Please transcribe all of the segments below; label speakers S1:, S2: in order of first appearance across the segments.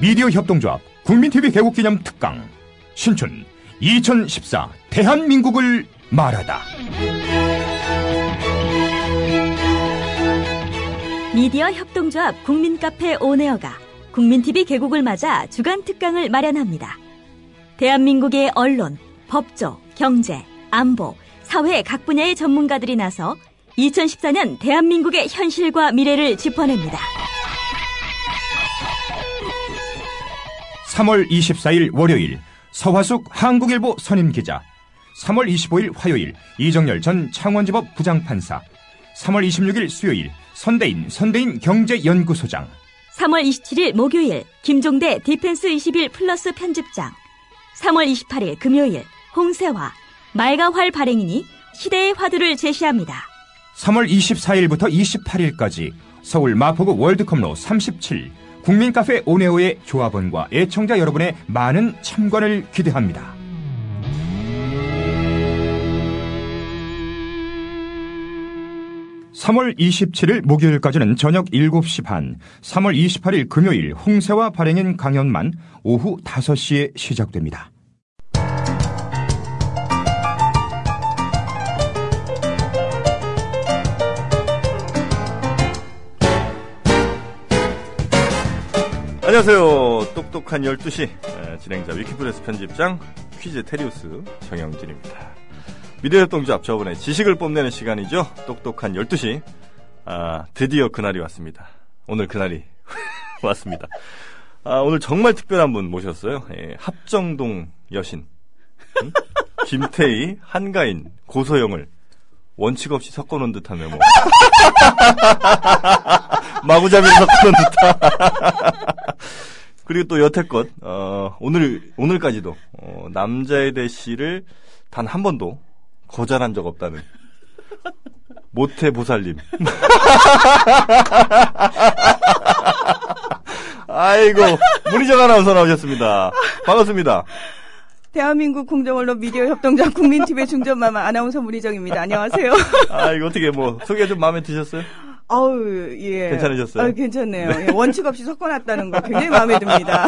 S1: 미디어 협동조합 국민TV 개국기념 특강 신춘 2014 대한민국을 말하다
S2: 미디어 협동조합 국민카페 온에어가 국민TV 개국을 맞아 주간 특강을 마련합니다. 대한민국의 언론, 법조, 경제, 안보, 사회 각 분야의 전문가들이 나서 2014년 대한민국의 현실과 미래를 짚어냅니다.
S1: 3월 24일 월요일 서화숙 한국일보 선임기자 3월 25일 화요일 이정열 전 창원지법 부장판사 3월 26일 수요일 선대인 선대인 경제연구소장
S2: 3월 27일 목요일 김종대 디펜스 21 플러스 편집장 3월 28일 금요일 홍세화 말가활 발행인이 시대의 화두를 제시합니다.
S1: 3월 24일부터 28일까지 서울 마포구 월드컵로 37 국민카페 오네오의 조합원과 애청자 여러분의 많은 참관을 기대합니다. (3월 27일) 목요일까지는 저녁 (7시) 반 (3월 28일) 금요일 홍세화 발행인 강연만 오후 (5시에) 시작됩니다.
S3: 안녕하세요. 똑똑한 12시 에, 진행자 위키프레스 편집장 퀴즈 테리우스 정영진입니다. 미래협동조합 저번에 지식을 뽐내는 시간이죠. 똑똑한 12시. 아, 드디어 그날이 왔습니다. 오늘 그날이 왔습니다. 아, 오늘 정말 특별한 분 모셨어요. 예, 합정동 여신. 응? 김태희, 한가인, 고소영을 원칙 없이 섞어놓은 듯한 외모. 마구잡이를 섞어놓은 듯한. 그리고 또 여태껏 어, 오늘 오늘까지도 어, 남자에 대해 시를 단 한 번도 거절한 적 없다는 모태 보살님. 아이고 문희정 아나운서 나오셨습니다. 반갑습니다.
S4: 대한민국 공정언론 미디어 협동조합 국민TV 중전마마 아나운서 문희정입니다. 안녕하세요.
S3: 아 이거 어떻게 뭐 소개 좀 마음에 드셨어요?
S4: 아우 예.
S3: 괜찮으셨어요?
S4: 아, 괜찮네요. 예, 원칙 없이 섞어놨다는 거 굉장히 마음에 듭니다.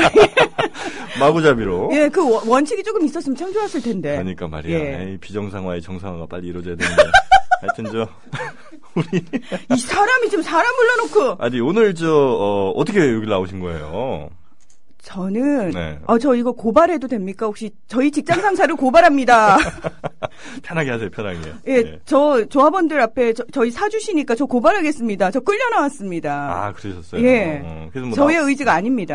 S3: 마구잡이로.
S4: 예, 그 원- 원칙이 조금 있었으면 참 좋았을 텐데.
S3: 그러니까 말이야.
S4: 예.
S3: 에이, 비정상화의 정상화가 빨리 이루어져야 되는데. 하여튼 저 우리
S4: 이 사람이 지금 사람 불러놓고
S3: 아니 오늘 저 어, 어떻게 여기 나오신 거예요?
S4: 저는
S3: 네.
S4: 어 저 이거 고발해도 됩니까? 혹시 저희 직장 상사를 고발합니다.
S3: 편하게 하세요, 편하게.
S4: 예,
S3: 예.
S4: 저 조합원들 앞에 저, 희 사주시니까 저 고발하겠습니다. 저 끌려 나왔습니다.
S3: 아 그러셨어요.
S4: 예.
S3: 어, 그래서 뭐
S4: 저의
S3: 나,
S4: 의지가 아닙니다.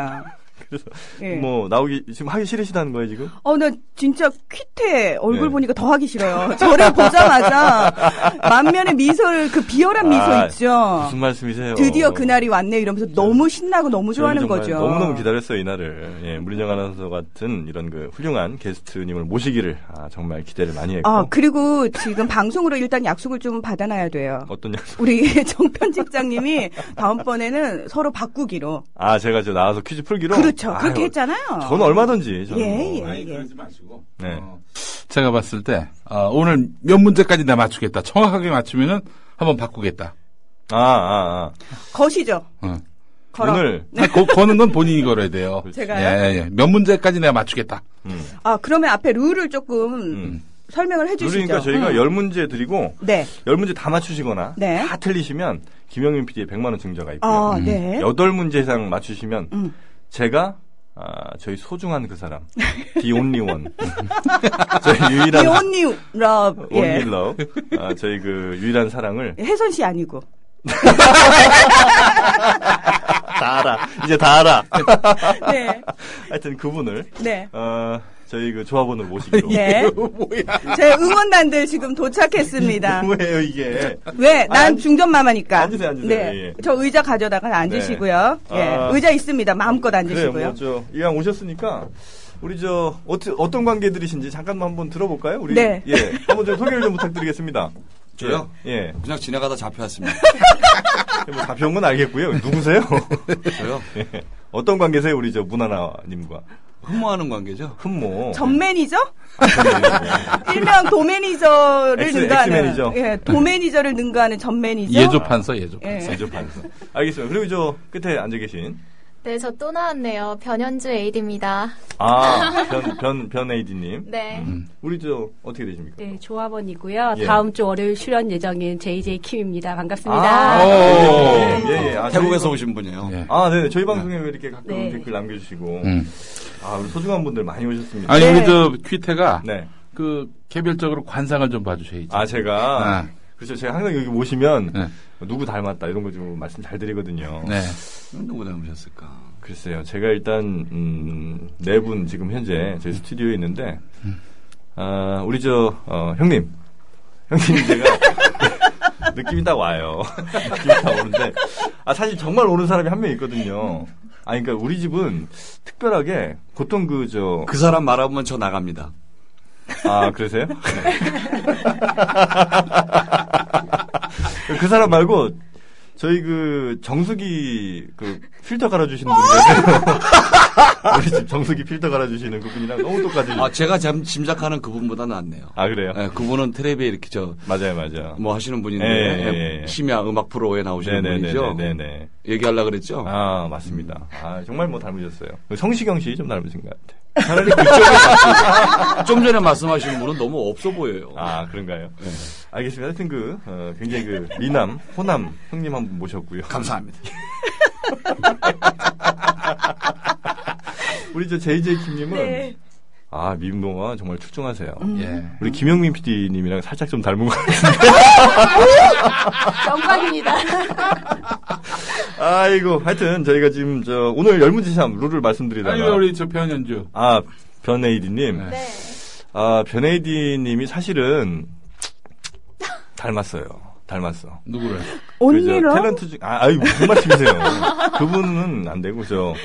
S3: 그래서
S4: 예.
S3: 뭐 나오기 지금 하기 싫으시다는 거예요 지금?
S4: 어, 나 진짜 퀴태 얼굴
S3: 네.
S4: 보니까 더 하기 싫어요. 저를 보자마자 만면의 미소를 그 비열한 미소
S3: 아,
S4: 있죠.
S3: 무슨 말씀이세요?
S4: 어. 드디어 그날이 왔네 이러면서 너무 신나고 너무
S3: 저희는
S4: 좋아하는
S3: 정말
S4: 거죠.
S3: 너무너무 기다렸어요 이날을. 예, 문희정 아나운서 같은 이런 그 훌륭한 게스트님을 모시기를 아, 정말 기대를 많이 했고.
S4: 아, 그리고 지금 방송으로 일단 약속을 좀 받아놔야 돼요.
S3: 어떤 약속?
S4: 우리 정편집장님이 다음번에는 서로 바꾸기로.
S3: 아 제가 저 나와서 퀴즈 풀기로.
S4: 그렇죠. 그렇게
S3: 아유,
S4: 했잖아요.
S3: 저는 얼마든지. 저는
S4: 예,
S3: 뭐,
S4: 예, 예.
S3: 네.
S4: 어.
S5: 제가 봤을 때 아, 오늘 몇 문제까지 다 맞추겠다. 정확하게 맞추면은 한번 바꾸겠다.
S3: 아, 아, 아.
S4: 거시죠.
S5: 응.
S4: 걸어.
S3: 오늘
S5: 아, 거, 거는 건 본인이 걸어야 돼요.
S4: 네. 제가요?
S5: 예, 예. 몇 문제까지 내가 맞추겠다.
S3: 음,
S4: 아, 그러면 앞에 룰을 조금
S3: 음.
S4: 설명을 해주시죠.
S3: 그러니까 저희가
S4: 음.
S3: 열 문제 드리고
S4: 네.
S3: 열 문제 다 맞추시거나
S4: 네.
S3: 다 틀리시면 김영민 PD의 100만 원 증자가 있고요.
S4: 아, 네.
S3: 여덟 문제 이상 맞추시면
S4: 음.
S3: 제가 아, 저희 소중한 그 사람 The Only One 저희 유일한
S4: 이 언니 러브.
S3: Only
S4: 예.
S3: Love 아, 저희 그 유일한 사랑을
S4: 혜선 씨 아니고.
S3: 다 알아 이제 다 알아
S4: 네.
S3: 하여튼 그분을
S4: 네.
S3: 어, 저희 그 조합원을 모시기로
S4: 네. 제 응원단들 지금 도착했습니다.
S3: 뭐예요 이게
S4: 왜? 난
S3: 아, 앉-
S4: 중전마마니까.
S3: 앉으세요, 앉으세요.
S4: 네.
S3: 예, 예.
S4: 저 의자 가져다가 앉으시고요.
S3: 네.
S4: 예.
S3: 아.
S4: 의자 있습니다. 마음껏
S3: 그래요
S4: 앉으시고요.
S3: 뭐저 이왕 오셨으니까 우리 저 어트, 어떤 관계들이신지 잠깐만 한번 들어볼까요 우리
S4: 네.
S3: 예 한번 좀 소개를 좀 부탁드리겠습니다
S6: 저요?
S3: 예
S6: 네. 그냥 지나가다 잡혀왔습니다.
S3: 뭐 잡혀온 건 알겠고요 누구세요
S6: 저요?
S3: 예. 어떤 관계세요 우리 저 문화나님과
S6: 흠모하는 관계죠?
S3: 흠모
S4: 전 매니저?
S3: 아,
S4: 일명 도매니저를
S3: 엑스-
S4: 능가하는.
S3: 엑스 매니저. 예,
S4: 예. 도매니저를 능가하는 전 매니저.
S3: 네,
S5: 예조 판서, 예조 판서.
S4: 예.
S3: 알겠습니다. 그리고 저 끝에 앉아 계신
S7: 네, 저 또 나왔네요. 변현주 에이디입니다.
S3: 아, 변, 변, 변 AD님.
S7: 네.
S3: 우리 저, 어떻게 되십니까?
S8: 네, 조합원이고요.
S3: 예.
S8: 다음 주 월요일 출연 예정인 JJ 킴입니다. 반갑습니다.
S3: 아,
S5: 오.
S3: 예, 예, 예. 아,
S6: 태국에서
S3: 저희-
S6: 오신 분이에요.
S5: 예.
S3: 아, 네, 저희 방송에 왜 이렇게 가끔
S8: 네.
S3: 댓글 남겨주시고.
S4: 예.
S5: 음.
S3: 아, 우리 소중한 분들 많이 오셨습니다.
S5: 아니
S4: 네.
S5: 우리 저 퀴테가
S3: 네.
S5: 그 개별적으로 관상을 좀 봐주셔야지.
S3: 아, 제가.
S5: 네.
S3: 그렇죠. 제가 항상 여기 오시면
S5: 네.
S3: 누구 닮았다 이런 거 좀 말씀 잘 드리거든요.
S5: 네.
S6: 누구 닮으셨을까?
S3: 글쎄요. 제가 일단 음, 네 분 지금 현재 저희 스튜디오에 있는데 아, 우리 저 어, 형님. 형님 제가 느낌이 딱 와요. 느낌이 딱 오는데 아 사실 정말 오는 사람이 한 명 있거든요. 아 그러니까 우리 집은 특별하게 보통 그저
S6: 그 사람 말하면 저 나갑니다.
S3: 아, 그러세요? 그 사람 말고 저희 그 정수기 그 필터 갈아주시는 분이 계세요. 우리 집 정수기 필터 갈아주시는 그분이랑 너무 똑같아요.
S6: 아, 제가 잠, 짐작하는 그분보다 낫네요.
S3: 아, 그래요?
S6: 예, 그분은 텔레비에 이렇게 저,
S3: 맞아요, 맞아요.
S6: 뭐 하시는 분인데,
S3: 예, 예, 예.
S6: 심야 음악 프로에 나오시는 분이죠. 음.
S3: 네네네.
S6: 얘기하려고 그랬죠?
S3: 아, 맞습니다. 아, 정말 뭐 닮으셨어요. 성시경 씨 좀 닮으신 것 같아요.
S6: 차라리 그 그쪽에 좀 전에 말씀하신 분은 너무 없어 보여요.
S3: 아, 그런가요?
S6: 네.
S3: 알겠습니다. 하여튼 그, 어, 굉장히 그 미남, 호남 형님 한 분 모셨고요.
S6: 감사합니다.
S3: 우리 저 JJ 킴님은
S8: 네.
S3: 아 미운동화 정말 출중하세요.
S5: 예.
S3: 우리 김영민 PD님이랑 살짝 좀 닮은 것 같은데.
S8: 정박입니다.
S3: 아이고 하여튼 저희가 지금 저 오늘 열무지삼 룰을 말씀드리다가
S5: 아니 우리 저 변현주.
S3: 아 변에이디님
S5: 네.
S7: 네.
S3: 아 변에이디님이 사실은 닮았어요. 닮았어.
S5: 누구를?
S3: 그
S4: 언니로
S3: 저 탤런트 중, 아, 아유, 무슨 말씀이세요? 그분은 안 되고, 저,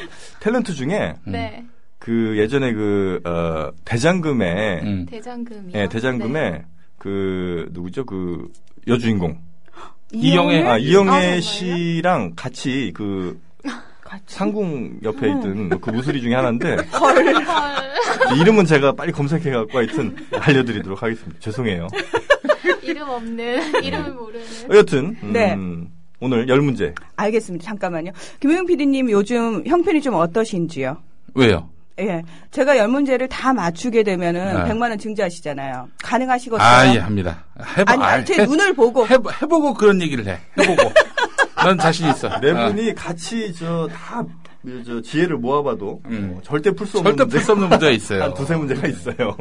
S3: 탤런트 중에,
S5: 음.
S7: 네.
S3: 그, 예전에 그, 어, 대장금에,
S5: 음.
S7: 대장금이요.
S3: 예, 대장금에,
S7: 네.
S3: 그, 누구죠? 그, 여주인공.
S5: 이영애.
S3: 아,
S7: 아,
S3: 이영애
S7: 정말요?
S3: 씨랑 같이 그 상궁 옆에 있던
S7: 음.
S3: 그 무수리 중에 하나인데 그
S7: 네. 헐.
S3: 이름은 제가 빨리 검색해갖고 하여튼 알려드리도록 하겠습니다. 죄송해요.
S7: 이름 없는, 이름을 모르는.
S3: 여튼 음,
S4: 네.
S3: 오늘 열 문제.
S4: 알겠습니다. 잠깐만요. 김효영 PD님 요즘 형편이 좀 어떠신지요?
S5: 왜요?
S4: 예. 제가 열 문제를 다 맞추게 되면은
S5: 네.
S4: 100만 원 증자하시잖아요. 가능하시겠어요?
S5: 아 예 합니다. 해봐.
S4: 아니,
S5: 아,
S4: 제
S5: 해-
S4: 눈을 보고
S5: 해, 해보고 그런 얘기를 해. 해보고. 난 자신 있어.
S3: 네
S5: 어.
S3: 분이 같이 저다저 지혜를 모아봐도
S5: 음.
S3: 어, 절대 풀 수 없는
S5: 절대 풀 수 없는 문제가 있어요.
S3: 한 두세 문제가 있어요.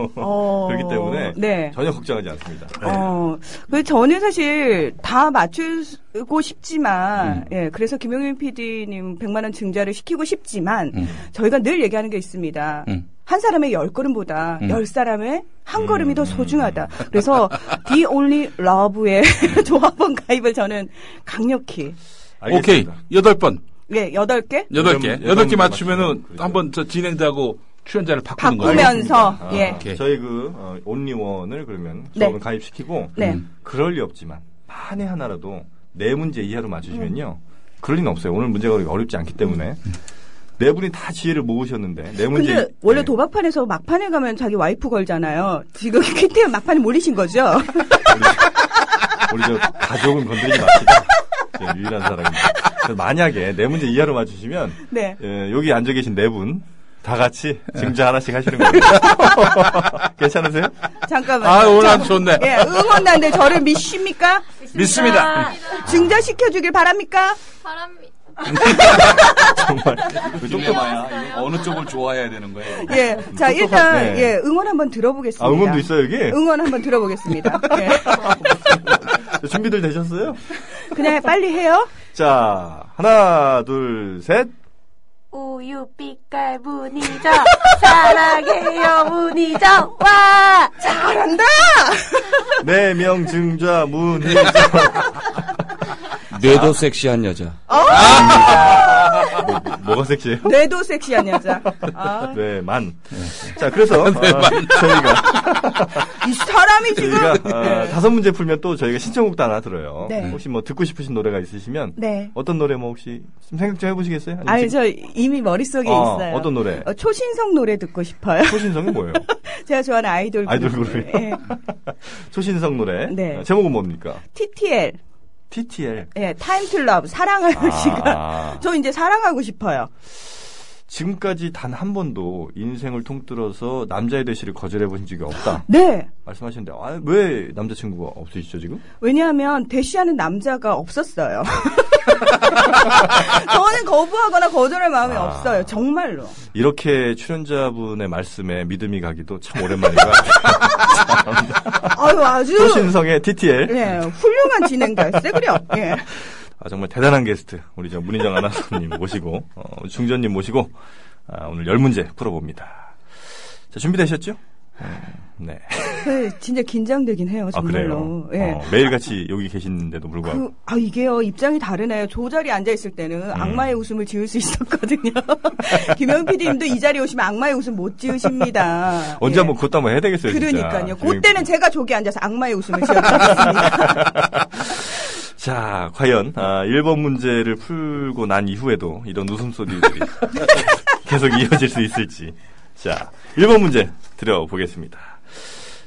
S4: 어,
S3: 그렇기 때문에
S4: 네.
S3: 전혀 걱정하지 않습니다.
S5: 네.
S4: 어, 그 저는 사실 다 맞추고
S5: 음.
S4: 싶지만, 예, 그래서 김용민 PD님 100만 원 증자를 시키고 싶지만,
S5: 음.
S4: 저희가 늘 얘기하는 게 있습니다.
S5: 음.
S4: 한 사람의 열 걸음보다
S5: 음.
S4: 열 사람의 한 걸음이 더 소중하다. 그래서 The Only Love의 조합원 가입을 저는 강력히
S5: 오케이.
S3: 알겠습니다.
S5: 여덟 번.
S4: 예 여덟 개
S5: 여덟 개.
S3: 여덟
S5: 여덟 개
S3: 문제
S5: 맞추면은
S3: 맞추면
S5: 한번 저 진행자하고 출연자를 바꾸는 거예요.
S4: 바꾸면서
S3: 아,
S4: 예
S5: 오케이.
S3: 저희 그 어, 온리원을 그러면
S4: 네.
S3: 수업을 가입시키고
S4: 네.
S5: 음.
S3: 그럴 리 없지만 만에 하나라도 네 문제 이하로 맞추시면요. 그럴 리는 없어요. 오늘 문제가 그렇게 어렵지 않기 때문에 네 분이 다 지혜를 모으셨는데 네 문제
S4: 근데 원래
S3: 네.
S4: 도박판에서 막판에 가면 자기 와이프 걸잖아요. 지금 퀴트에 막판에 몰리신 거죠?
S3: 예, 우리 저 가족은 건드리지 맙시다. 예, 유일한 사람입니다. 그래서 만약에 네 문제 이하로 맞추시면
S4: 네.
S3: 예, 여기 앉아 계신 네 분 다 같이 증자 하나씩 하시는 거예요. 괜찮으세요?
S4: 잠깐만.
S5: 아, 오늘
S4: 자,
S5: 아주 좋네.
S4: 예, 응원단데 저를 믿습니까?
S5: 믿습니다.
S4: 증자시켜주길 바랍니까?
S7: 바람이.
S3: 정말 그 정도
S6: 야 어느 쪽을 좋아해야 되는 거예요?
S4: 예. 자, 일단,
S3: 네.
S4: 예, 응원 한번 들어보겠습니다.
S3: 아 응원도 있어요 여기.
S4: 응원 한번 들어보겠습니다. 예.
S3: 준비들 되셨어요?
S4: 그냥 빨리 해요.
S3: 자 하나 둘 셋.
S8: 우유 빛깔 문희정 사랑해요 문희정 와
S4: 잘한다!
S3: 네 명 증자 문희
S6: 뇌도 섹시한 여자.
S3: 뭐가 섹시해요?
S4: 어? 뇌도 섹시한 여자. 아,
S3: 네, 만. 자, 그래서 아, 저희가
S4: 이 사람이 지금.
S3: 저희가 아, 다섯 문제 풀면 또 저희가 신청곡도 하나 들어요.
S4: 네.
S3: 혹시 뭐 듣고 싶으신 노래가 있으시면
S4: 네.
S3: 어떤 노래 뭐 혹시 좀 생각 좀 해보시겠어요? 아니면
S4: 아니,
S3: 지금-
S4: 저 이미 머릿속에
S3: 어,
S4: 있어요.
S3: 어떤 노래?
S4: 어, 초신성 노래 듣고 싶어요.
S3: 초신성이 뭐예요?
S4: 제가 좋아하는 아이돌 그룹.
S3: 아이돌 그룹이요.
S4: 예.
S3: 초신성 노래.
S4: 네.
S3: 어, 제목은 뭡니까?
S4: TTL.
S3: TTL.
S4: 예, 타임 툴 러브 사랑하는 시간.
S3: 아,
S4: 저 이제 사랑하고 싶어요.
S3: 지금까지 단 한 번도 인생을 통틀어서 남자의 대시를 거절해 본 적이 없다.
S4: 네.
S3: 말씀하시는데 아, 왜 남자친구가 없으시죠 지금?
S4: 왜냐하면 대시하는 남자가 없었어요. 저는 거부하거나 거절할 마음이
S3: 아.
S4: 없어요. 정말로.
S3: 이렇게 출연자분의 말씀에 믿음이 가기도 참 오랜만이라
S4: 아유, 아주.
S3: 소신성의 TTL
S4: 예, 훌륭한 진행자였어요. 그래요. 예.
S3: 아, 정말 대단한 게스트 우리 저 문희정 아나운서님 모시고 어, 중전님 모시고 아, 오늘 열 문제 풀어봅니다. 자 준비되셨죠? 네.
S4: 네, 진짜 긴장되긴 해요.
S3: 아 그래요.
S4: 정말로. 예.
S3: 어, 매일같이 여기 계시는데도 불구하고
S4: 그, 아, 이게요, 입장이 다르네요. 저 자리에 앉아있을 때는
S3: 네.
S4: 악마의 웃음을 지을 수 있었거든요. 김영 PD님도 이 자리에 오시면 악마의 웃음 못 지으십니다.
S3: 언제
S4: 예.
S3: 한번 그것도 한번 해야 되겠어요. 진짜.
S4: 그러니까요.
S3: 지금-
S4: 그때는 제가 저기 앉아서 악마의 웃음을 지었습니다.
S3: 자, 과연 아, 1번 문제를 풀고 난 이후에도 이런 웃음소리들이 계속 이어질 수 있을지. 자, 1번 문제 드려보겠습니다.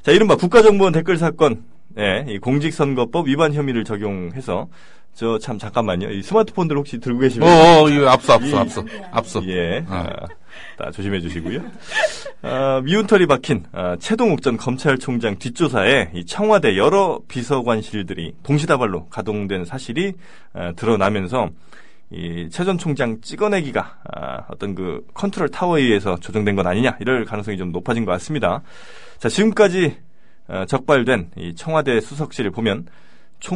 S3: 자, 이른바 국가정보원 댓글 사건, 예, 이 공직선거법 위반 혐의를 적용해서 저 참 잠깐만요. 이 스마트폰들 혹시 들고 계시면
S5: 어, 어, 이거 앞서, 앞서, 앞서, 앞서.
S3: 예.
S5: 아.
S3: 아, 다 조심해 주시고요. 아, 미운털이 박힌 아, 최동욱 전 검찰총장 뒷조사에 이 청와대 여러 비서관실들이 동시다발로 가동된 사실이 아, 드러나면서 이 최 전 총장 찍어내기가 아, 어떤 그 컨트롤 타워에 의해서 조정된 건 아니냐 이럴 가능성이 좀 높아진 것 같습니다. 자 지금까지 어, 적발된 이 청와대 수석실을 보면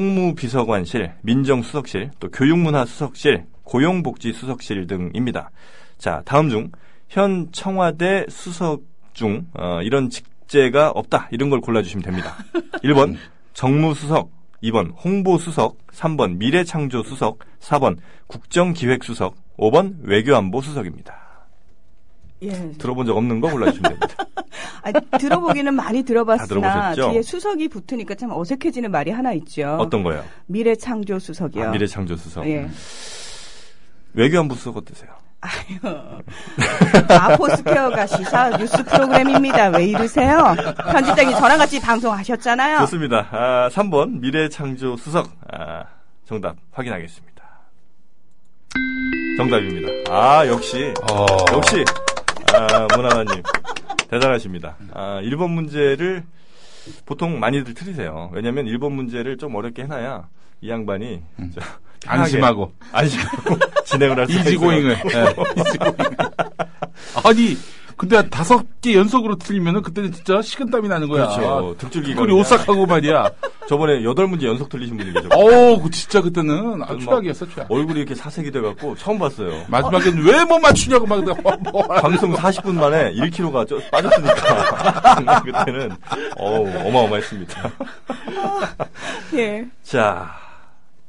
S3: 총무비서관실, 민정수석실, 또 교육문화수석실, 고용복지수석실 등입니다. 자, 다음 중 현 청와대 수석 중 어, 이런 직제가 없다 이런 걸 골라주시면 됩니다. 1번 정무수석, 2번 홍보수석, 3번 미래창조수석, 4번 국정기획수석, 5번 외교안보수석입니다.
S4: 예.
S3: 들어본 적 없는 거 골라주시면 됩니다.
S4: 아, 들어보기는 많이 들어봤으나
S3: 아, 들어보셨죠?
S4: 뒤에 수석이 붙으니까 참 어색해지는 말이 하나 있죠.
S3: 어떤 거예요?
S4: 미래 창조 수석이요.
S3: 아, 미래창조수석.
S4: 예.
S3: 외교안보수석 어떠세요?
S4: 아포스퀘어가 시사 뉴스 프로그램입니다. 왜 이러세요? 편집장이 저랑 같이 방송하셨잖아요.
S3: 좋습니다. 아, 3번 미래창조 수석 아, 정답 확인하겠습니다. 정답입니다. 아 역시
S5: 어,
S3: 역시 아, 문화관님 대단하십니다. 아, 1번 문제를 보통 많이들 틀리세요. 왜냐하면 1번 문제를 좀 어렵게 해놔야 이 양반이 저, 편하게
S5: 음. 안심하고.
S3: 안심하고 진행을 할 수가 있어요. 네.
S5: 이지고잉을. 예, 이지고잉. 아니, 근데 다섯 개 연속으로 틀리면은 그때는 진짜 식은땀이 나는 거야.
S3: 그렇죠. 등줄기가
S5: 그리
S3: 그냥.
S5: 오싹하고 말이야.
S3: 저번에 8문제 연속 틀리신 분이 계셨고
S5: 어우, 그 진짜 그때는
S3: 뭐.
S5: 아, 최악이었어, 최악.
S3: 얼굴이 이렇게 사색이 돼갖고 처음 봤어요.
S5: 마지막엔 왜 못 맞추냐고 막 내가 뭐. 화를
S3: 방송 40분 만에 1kg가 쪄, 빠졌으니까. 정말 그때는, 어우, 어마어마했습니다.
S4: 예.
S3: 자,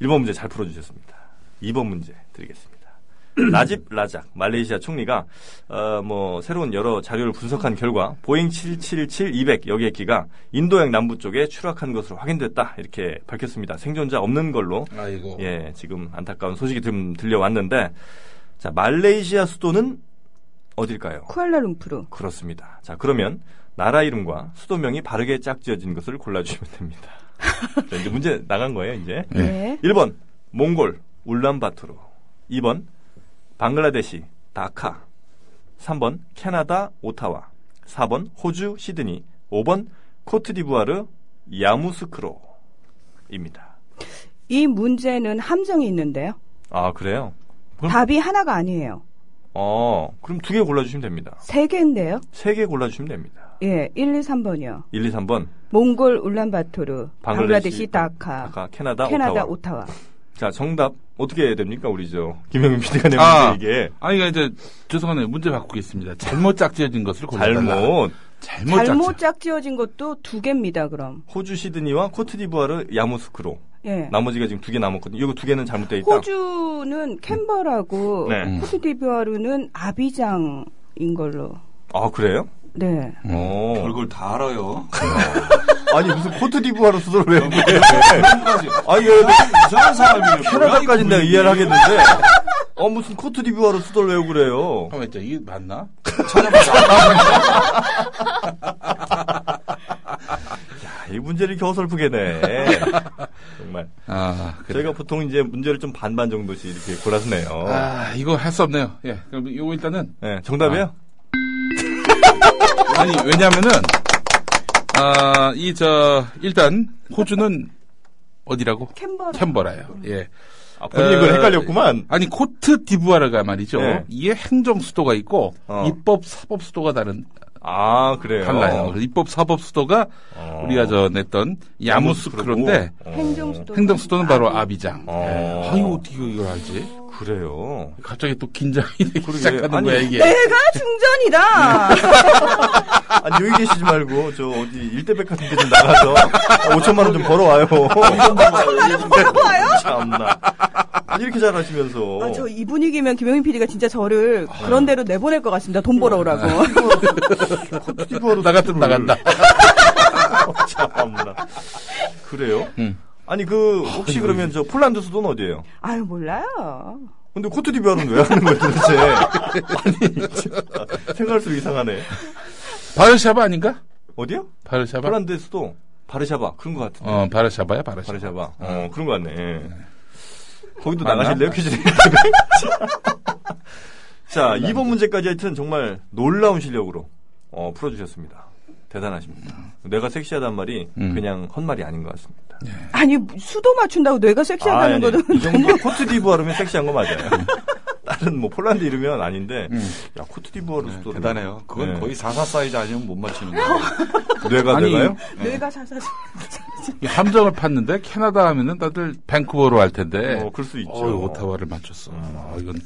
S3: 1번 문제 잘 풀어주셨습니다. 2번 문제 드리겠습니다. 라집 라작, 말레이시아 총리가, 어, 뭐, 새로운 여러 자료를 분석한 결과, 보잉 777-200 여객기가 인도양 남부 쪽에 추락한 것으로 확인됐다. 이렇게 밝혔습니다. 생존자 없는 걸로
S5: 아이고.
S3: 예, 지금 안타까운 소식이 좀 들려왔는데, 자, 말레이시아 수도는 어딜까요?
S4: 쿠알라룸푸르.
S3: 그렇습니다. 자, 그러면 나라 이름과 수도명이 바르게 짝지어진 것을 골라주시면 됩니다. 자, 이제 문제 나간 거예요, 이제.
S4: 예.
S3: 1번, 몽골, 울란바토르. 2번, 방글라데시, 다카. 3번, 캐나다, 오타와. 4번, 호주, 시드니. 5번, 코트디부아르, 야무스크로. 입니다.
S4: 이 문제는 함정이 있는데요.
S3: 아, 그래요? 그럼-
S4: 답이 하나가 아니에요.
S3: 어, 그럼 두 개 골라주시면 됩니다.
S4: 세 개인데요.
S3: 세 개 골라주시면 됩니다.
S4: 예, 1, 2, 3번이요.
S3: 1, 2, 3번.
S4: 몽골 울란바토르,
S3: 방글라데시,
S4: 방글라데시 다카,
S3: 다카, 캐나다,
S4: 캐나다
S3: 오타와.
S4: 오타와.
S3: 자, 정답 어떻게 해야 됩니까? 우리 저 김영민 PD가 내
S5: 아.
S3: 문제 이게
S5: 아니, 그러니까 이제, 죄송하네요. 문제 바꾸겠습니다. 잘못 짝지어진 것을 골라달라.
S3: 잘못
S5: 잘못 짝지.
S4: 잘못 짝지어진 것도 두 개입니다. 그럼.
S3: 호주 시드니와 코트디부아르 야모스크로
S5: 네.
S4: 예.
S3: 나머지가 지금 두 개 남았거든요. 이거 두 개는 잘못돼 있다.
S4: 호주는 캔버라고 음.
S3: 네.
S4: 코트디부아르는 아비장인 걸로.
S3: 아 그래요?
S4: 네.
S5: 음.
S3: 어.
S6: 별걸 다 알아요.
S3: 아니 무슨 코트디부아르 수도를 외운 거예요? 아니
S6: 이상한 사람이에요.
S3: 캐나다까지 내가 이해를 하겠는데. 어 무슨 코트디부아르 수도를 외우고 그래요?
S5: 잠깐만 있자. 이게 맞나?
S6: 찾아보자.
S3: 이 문제를 겨우 설프게 내. 정말.
S5: 아, 그래.
S3: 저희가 보통 이제 문제를 좀 반반 정도씩 이렇게 골라서 내요.
S5: 아, 이거 할 수 없네요. 예. 그럼 이거 일단은
S3: 네,
S5: 아.
S3: 정답이에요?
S5: 아니 왜냐면은 아, 이 저 일단 호주는 어디라고?
S4: 캔버라.
S5: 캔버라예요. 예.
S3: 아, 본인 이걸
S5: 어,
S3: 헷갈렸구만.
S5: 아니 코트 디부아르가 말이죠.
S3: 예.
S5: 이게 행정 수도가 있고
S3: 어.
S5: 입법 사법 수도가 다른
S3: 아, 그래요.
S5: 달라요. 그래서 입법 사법 수도가
S3: 어.
S5: 우리가 저 냈던 야무스크로인데
S3: 그러고. 어,
S4: 행정수도.
S5: 행정 수도는 바로 아비장.
S3: 어.
S5: 예. 아유 어떻게 이걸 알지?
S3: 그래요.
S5: 갑자기 또 긴장이 되기
S3: 그러게.
S5: 시작하는
S3: 아니,
S5: 거야 이게.
S4: 내가 중전이다.
S3: 아니, 여기 계시지 말고, 저, 어디, 일대백 같은 데 좀 나가서, 5천만 원 좀 벌어와요.
S4: 봐봐요.
S3: 참나. 아니, 이렇게 잘하시면서.
S4: 아, 저 이 분위기면 김영민 PD가 진짜 저를 그런 데로 내보낼 것 같습니다. 돈 벌어오라고.
S3: 네. 피부로
S5: 나갔든 나간다.
S3: 참나. 그래요?
S5: 음.
S3: 아니, 그, 혹시 그러면 저 폴란드 수도는 어디예요?
S4: 아유, 몰라요.
S3: 근데 코트디비아는 왜 하는 거야 도대체? 아니 진짜 생각할수록 이상하네.
S5: 바르샤바 아닌가?
S3: 어디요?
S5: 바르샤바.
S3: 폴란드 수도 바르샤바 그런 것 같은데.
S5: 어 바르샤바야 바르샤바.
S3: 바르샤바. 어 그런 것 같네. 예. 거기도
S5: 맞나?
S3: 나가실래요 퀴즈를? 자 2번 문제까지 하여튼 정말 놀라운 실력으로 어, 풀어주셨습니다. 대단하십니다. 내가 섹시하단 말이
S5: 음.
S3: 그냥 헛말이 아닌 것 같습니다.
S4: 아니, 수도 맞춘다고 뇌가 섹시하다는
S3: 아니, 아니.
S4: 거는.
S3: 이 정도 코트디부아르면 섹시한 거 맞아요. 다른 뭐 폴란드 이름은 아닌데 야 코트디부아르 수도
S6: 네, 대단해요. 그건
S3: 네.
S6: 거의 44 사이즈 아니면 못 맞히는 거예요.
S3: 뇌가
S5: 아니,
S3: 뇌가요?
S4: 뇌가 사사.
S5: 이 함정을 팠는데 캐나다 하면은 다들 밴쿠버로 할 텐데.
S3: 어, 그럴 수 있죠.
S5: 어이, 오타와를 맞췄어. 아, 이건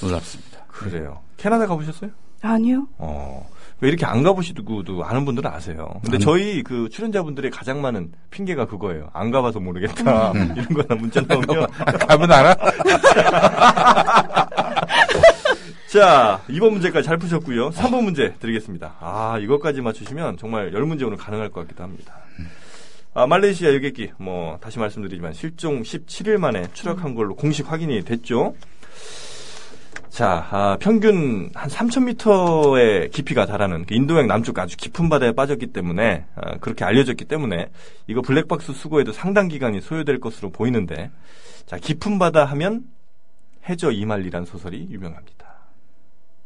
S5: 놀랍습니다.
S3: 그래요. 캐나다 가보셨어요?
S4: 아니요.
S3: 어. 왜 이렇게 안 가보시고도 아는 분들은 아세요. 근데
S5: 아니.
S3: 저희 그 출연자분들의 가장 많은 핑계가 그거예요. 안 가봐서 모르겠다. 이런 거나 문자 나오면.
S5: 가면 알아?
S3: 자, 이번 문제까지 잘 푸셨고요. 3번 문제 드리겠습니다. 아, 이것까지 맞추시면 정말 10문제 오늘 가능할 것 같기도 합니다. 아, 말레이시아 여객기, 뭐, 다시 말씀드리지만 실종 17일 만에 추락한 걸로 공식 확인이 됐죠. 자, 아, 평균 한 3,000m의 깊이가 달하는 그 인도양 남쪽 아주 깊은 바다에 빠졌기 때문에, 아, 그렇게 알려졌기 때문에, 이거 블랙박스 수거에도 상당 기간이 소요될 것으로 보이는데, 자, 깊은 바다 하면 해저 이말리란 소설이 유명합니다.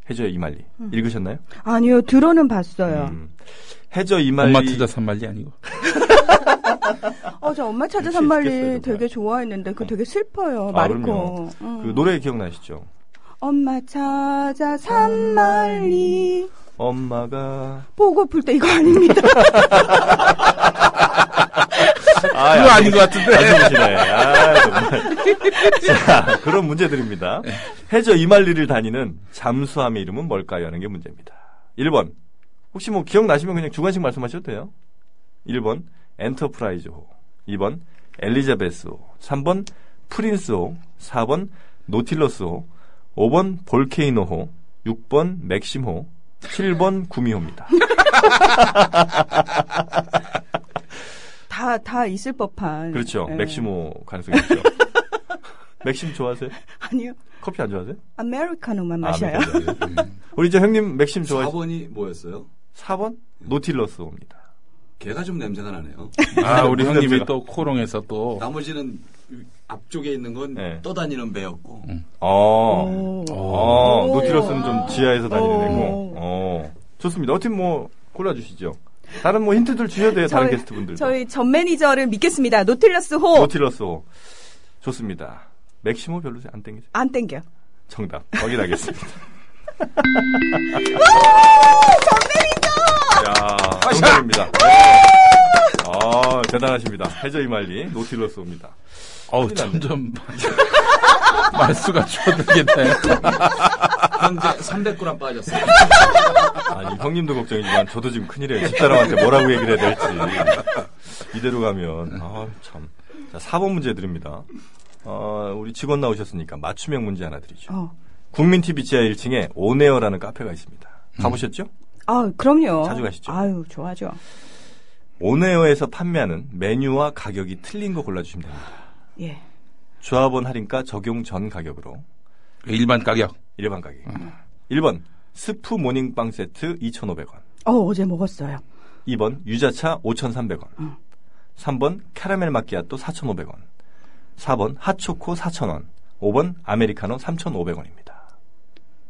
S3: 해저 이말리 읽으셨나요?
S4: 아니요, 들어는 봤어요.
S3: 음. 해저 이말리
S5: 엄마 찾아 산말리 아니고.
S4: 어, 저 엄마 찾아
S3: 글씨
S4: 산말리
S3: 쓰겠어요, 정말.
S4: 되게 좋아했는데, 그 되게 슬퍼요.
S3: 아,
S4: 마르코.
S3: 그럼요.
S4: 어.
S3: 그 노래 기억나시죠?
S4: 엄마 찾아 산말리.
S3: 엄마가
S4: 보고플 때 이거 아닙니다.
S3: 아,
S5: 그거 아닌 것 같은데.
S3: 안좋으시네 아, 정말. 자, 그런 문제 드립니다. 해저 이말리를 다니는 잠수함의 이름은 뭘까요? 하는 게 문제입니다. 1번. 혹시 뭐 기억나시면 그냥 주관식 말씀하셔도 돼요. 1번. 엔터프라이즈호. 2번. 엘리자베스호. 3번. 프린스호. 4번. 노틸러스호. 5번. 볼케이노호. 6번. 맥심호. 7번. 구미호입니다.
S4: 다, 다 있을 법한.
S3: 그렇죠.
S4: 예.
S3: 맥시모 가능성이 있죠. 맥심 좋아하세요?
S4: 아니요.
S3: 커피 안 좋아하세요?
S4: 아메리카노만 네,
S3: 아,
S4: 마셔요.
S3: 맥심 좋아해요. 우리 이제 형님 맥심 좋아하시죠?
S6: 4번이 뭐였어요?
S3: 4번? 노틸러스 옵니다.
S6: 걔가 좀 냄새가 나네요.
S5: 아, 우리
S3: 무슨
S5: 형님이
S3: 냄새가?
S5: 또 코롱에서 또.
S6: 나머지는 앞쪽에 있는 건
S3: 네.
S6: 떠다니는 배였고
S3: 어.
S4: 오.
S3: 어,
S4: 오.
S3: 노틸러스는 좀 지하에서 다니는
S4: 오.
S3: 애고. 어. 좋습니다. 어떻게 뭐 골라주시죠. 다른 뭐 힌트들 주셔도 돼요. 다른 게스트분들도.
S4: 저희 전 매니저를 믿겠습니다. 노틸러스 호.
S3: 노틸러스 호. 좋습니다. 맥시모 별로 안 땡기죠?
S4: 안 땡겨.
S3: 정답. 확인하겠습니다. 야, 정답입니다. 네. 아, 대단하십니다. 해저 이말리 노틸러스입니다.
S5: 어우, 점점. 말수가 줄어들겠네.
S6: 현재 300g 아, 빠졌어요.
S3: 아니 형님도 걱정이지만 저도 지금 큰일이에요. 집사람한테 뭐라고 얘기를 해야 될지 이대로 가면 아 참. 자, 4번 문제 드립니다. 어, 우리 직원 나오셨으니까 맞춤형 문제 하나 드리죠.
S4: 어.
S3: 국민 TV 지하 1층에 오네어라는 카페가 있습니다. 가보셨죠?
S4: 아, 그럼요.
S3: 자주 가시죠?
S4: 아유, 좋아하죠.
S3: 오네어에서 판매하는 메뉴와 가격이 틀린 거 골라주시면 됩니다.
S4: 예.
S3: 조합원 할인가 적용 전 가격으로
S5: 일반 가격.
S3: 일반 가격. 1번 스프 모닝빵 세트 2,500원.
S4: 어, 어제 먹었어요.
S3: 2번 유자차 5,300원. 3번 캐러멜 마키아또 4,500원. 4번 핫초코 4,000원. 5번 아메리카노 3,500원입니다.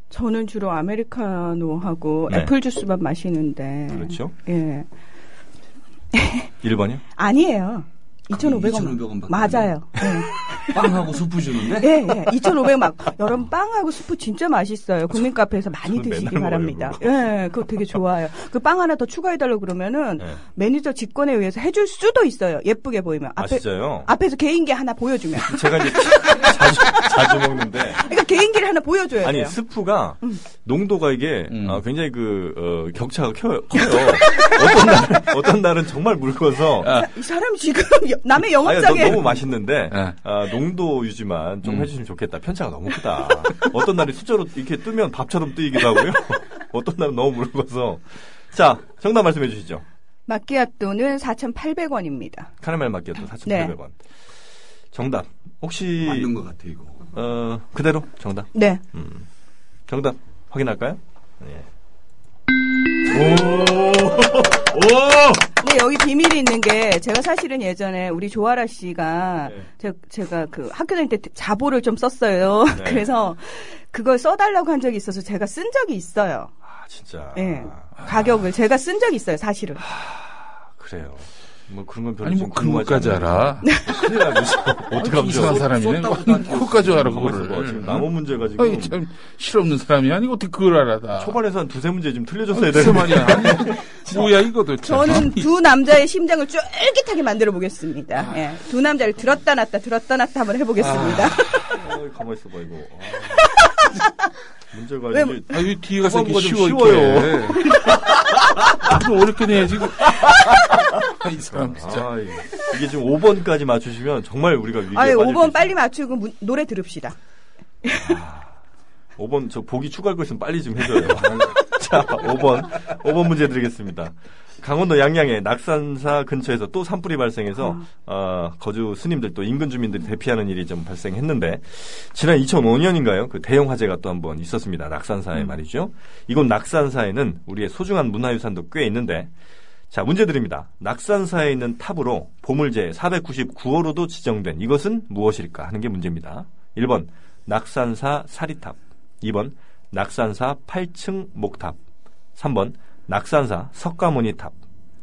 S4: 저는 주로 아메리카노하고
S3: 네.
S4: 애플 주스만 마시는데.
S3: 그렇죠?
S4: 예.
S3: 1번이요?
S4: 아니에요.
S6: 이천오백
S4: 2,500원.
S6: 원
S4: 맞아요.
S6: 빵하고 수프 주는데?
S4: 예, 예. 2,500원 막, 여름 빵하고 수프 진짜 맛있어요. 국민 카페에서 많이
S3: 저는
S4: 드시기
S3: 맨날
S4: 바랍니다.
S3: 먹어요,
S4: 예, 그거 되게 좋아요. 그 빵 하나 더 추가해달라고 그러면은
S3: 네.
S4: 매니저 직권에 의해서 해줄 수도 있어요. 예쁘게 보이면.
S3: 아, 진짜요?
S4: 앞에서 개인기 하나 보여주면.
S3: 제가 이제 자주, 자주 먹는데.
S4: 그러니까 개인기를 하나 보여줘야
S3: 아니
S4: 돼요.
S3: 스프가 농도가 이게
S6: 음.
S3: 아, 굉장히 그 어, 격차가 커요. 커요. 어떤 날은 어떤 날은 정말 묽어서
S6: 아,
S4: 이 사람 지금 여- 남의
S3: 아니 너,
S4: 영업장에
S3: 너무 맛있는데
S5: 예.
S6: 네.
S3: 아, 농도 유지만 좀
S6: 음.
S3: 해주시면 좋겠다. 편차가 너무 크다. 어떤 날이 숫자로 이렇게 뜨면 밥처럼 뜨이기도 하고요. 어떤 날은 너무 묽어서 자 정답 말씀해 주시죠.
S4: 마키아또는 4,800원입니다.
S3: 카라멜 마키아토 4,800원.
S5: 네.
S3: 정답 혹시
S6: 맞는 것 같아, 이거.
S3: 어, 그대로 정답
S4: 네.
S3: 음. 정답 확인할까요? 예.
S4: 근데 여기 비밀이 있는 게 제가 사실은 예전에 우리 조아라 씨가
S3: 네.
S4: 제, 제가 그 학교 다닐 때 자보를 좀 썼어요.
S3: 네.
S4: 그래서 그걸 써달라고 한 적이 있어서 제가 쓴 적이 있어요.
S3: 아 아, 진짜.
S4: 예. 가격을 제가 쓴 적이 있어요, 사실은.
S3: 그래요. 뭐 그런 건 별로
S5: 아니 뭐
S3: 지금
S5: 그런
S3: 궁금하지
S5: 것까지
S3: 않아요. 뭐
S5: 알아.
S3: 큰일 나죠. 어떻게 하면
S5: 아, 이상한 아, 사람이네. 그것까지 알아
S3: 지금
S5: 그거를.
S3: 남은 네, 문제가 지금
S5: 아니 참 실없는 사람이 아니고 어떻게 그걸 알아 다.
S3: 초반에서 한 두세 문제 지금 틀려줬어야
S5: 그
S3: 되는데
S5: 말이야. 아니, 뭐야 이거 도대체.
S4: 저는 두 남자의 심장을 쫄깃하게 만들어
S3: 아.
S4: 보겠습니다. 예. 두 남자를 들었다 놨다 들었다 놨다 한번 해보겠습니다.
S3: 어, 가만 있어봐 이거 아, 문제가
S4: 왜
S3: 이게
S5: 아, 이 뒤에 가서 이렇게
S3: 후반부가 좀
S5: 쉬워,
S3: 쉬워요.
S5: 이렇게. 좀 어렵게 내야지. 이거. 아, 이 사람 진짜.
S3: 아, 이게, 이게 지금 5번까지 맞추시면 정말 우리가 위기에
S4: 아니,
S3: 빠질
S4: 5번
S3: 수
S4: 빨리 맞추고 문- 노래 들읍시다.
S3: 있어요. 5번 저 보기 추가할 거 있으면 빨리 좀 해줘요 자 5번 5번 문제 드리겠습니다 강원도 양양의 낙산사 근처에서 또 산불이 발생해서 어, 거주 스님들 또 인근 주민들이 대피하는 일이 좀 발생했는데 지난 2005년인가요? 그 대형 화재가 또 한 번 있었습니다. 낙산사에 말이죠. 이곳 낙산사에는 우리의 소중한 문화유산도 꽤 있는데 자 문제 드립니다. 낙산사에 있는 탑으로 보물제 499호로도 지정된 이것은 무엇일까 하는 게 문제입니다. 1번 낙산사 사리탑 2번 낙산사 8층 목탑 3번 낙산사 석가모니탑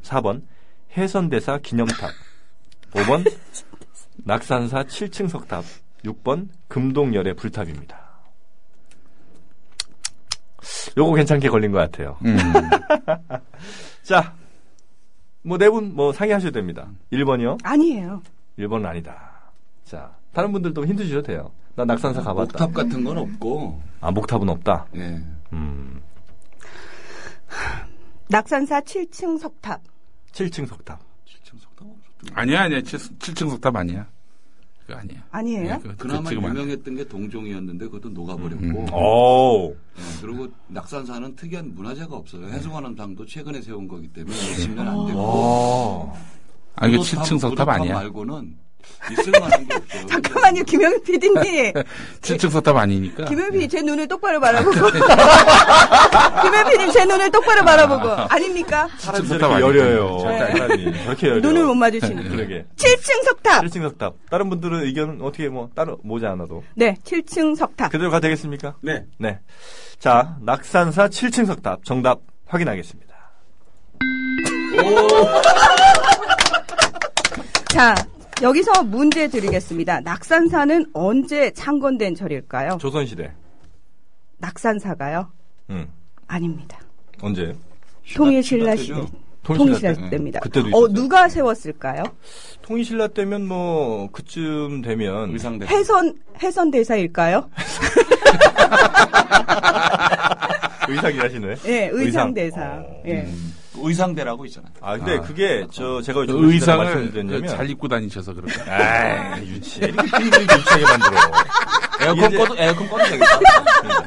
S3: 4번 해선대사 기념탑 5번 낙산사 7층 석탑 6번 금동열의 불탑입니다. 요거 괜찮게 걸린 것 같아요. 자, 뭐 네 분 뭐 상의하셔도 됩니다. 1번이요?
S4: 아니에요.
S3: 1번은 아니다. 자, 다른 분들도 힘드셔도 돼요. 나 낙산사 가봤다.
S6: 목탑 같은 건 없고,
S3: 아, 목탑은 없다.
S6: 예.
S3: 음,
S4: 낙산사 7층 석탑.
S3: 7층 석탑.
S6: 7층 석탑 없었던 거.
S5: 아니야, 아니야. 7층 석탑 아니야. 그거 아니야.
S4: 아니에요?
S5: 예, 그거
S6: 그나마
S5: 지금 안 돼.
S6: 유명했던 게 동종이었는데 그것도 녹아버렸고
S5: 음.
S3: 오,
S6: 예, 그리고 낙산사는 특이한 문화재가 없어요. 해수관함상도 최근에 세운 거기 때문에 20년 안 됐고
S5: 아, 이거
S6: 무도탑,
S5: 7층 석탑
S6: 무도탑
S5: 아니야.
S6: 말고는 있을 만한 게 없어요.
S4: 잠깐만요, 김영희 PD님.
S5: 7층 석탑 아니니까.
S4: 김혜피 제 눈을 똑바로 바라보고 김혜피님 제 눈을 똑바로 바라보고 아닙니까?
S3: 사람이
S5: 석탑
S3: 저렇게
S5: 아니죠.
S3: 여려요.
S4: 네.
S3: 사람이 저렇게 여려.
S4: 눈을 못 마주치는
S3: 그러게.
S4: 7층 석탑
S3: 7층 석탑. 다른 분들은 의견 어떻게 뭐 따로 모지 않아도
S4: 네 7층 석탑
S3: 그대로 가도 되겠습니까?
S6: 네.
S3: 네. 자, 낙산사 7층 석탑 정답 확인하겠습니다.
S4: 자 여기서 문제 드리겠습니다 낙산사는 언제 창건된 절일까요?
S3: 조선시대.
S4: 낙산사가요?
S3: 음.
S4: 아닙니다
S3: 언제?
S4: 통일신라 시대
S6: 때죠.
S4: 통일신라
S3: 때.
S4: 시대입니다
S3: 그때도
S4: 어
S3: 있었어요.
S4: 누가 세웠을까요?
S3: 통일신라 때면 뭐 그쯤 되면
S6: 의상대.
S4: 해선 해선대사일까요?
S3: 의상이라시네. 어. 음.
S4: 예
S3: 의상.
S4: 의상대사 예.
S6: 의상대라고 있잖아요.
S3: 아 근데 그게 저 제가 요즘 의상을
S5: 의상을 그
S3: 말씀드렸냐면
S5: 잘 입고 다니셔서 그런가.
S3: 아 유치 이렇게 삐리삐리 유치하게 만들어.
S6: 에어컨
S3: 이제-
S6: 꺼도 에어컨 꺼도 되겠다.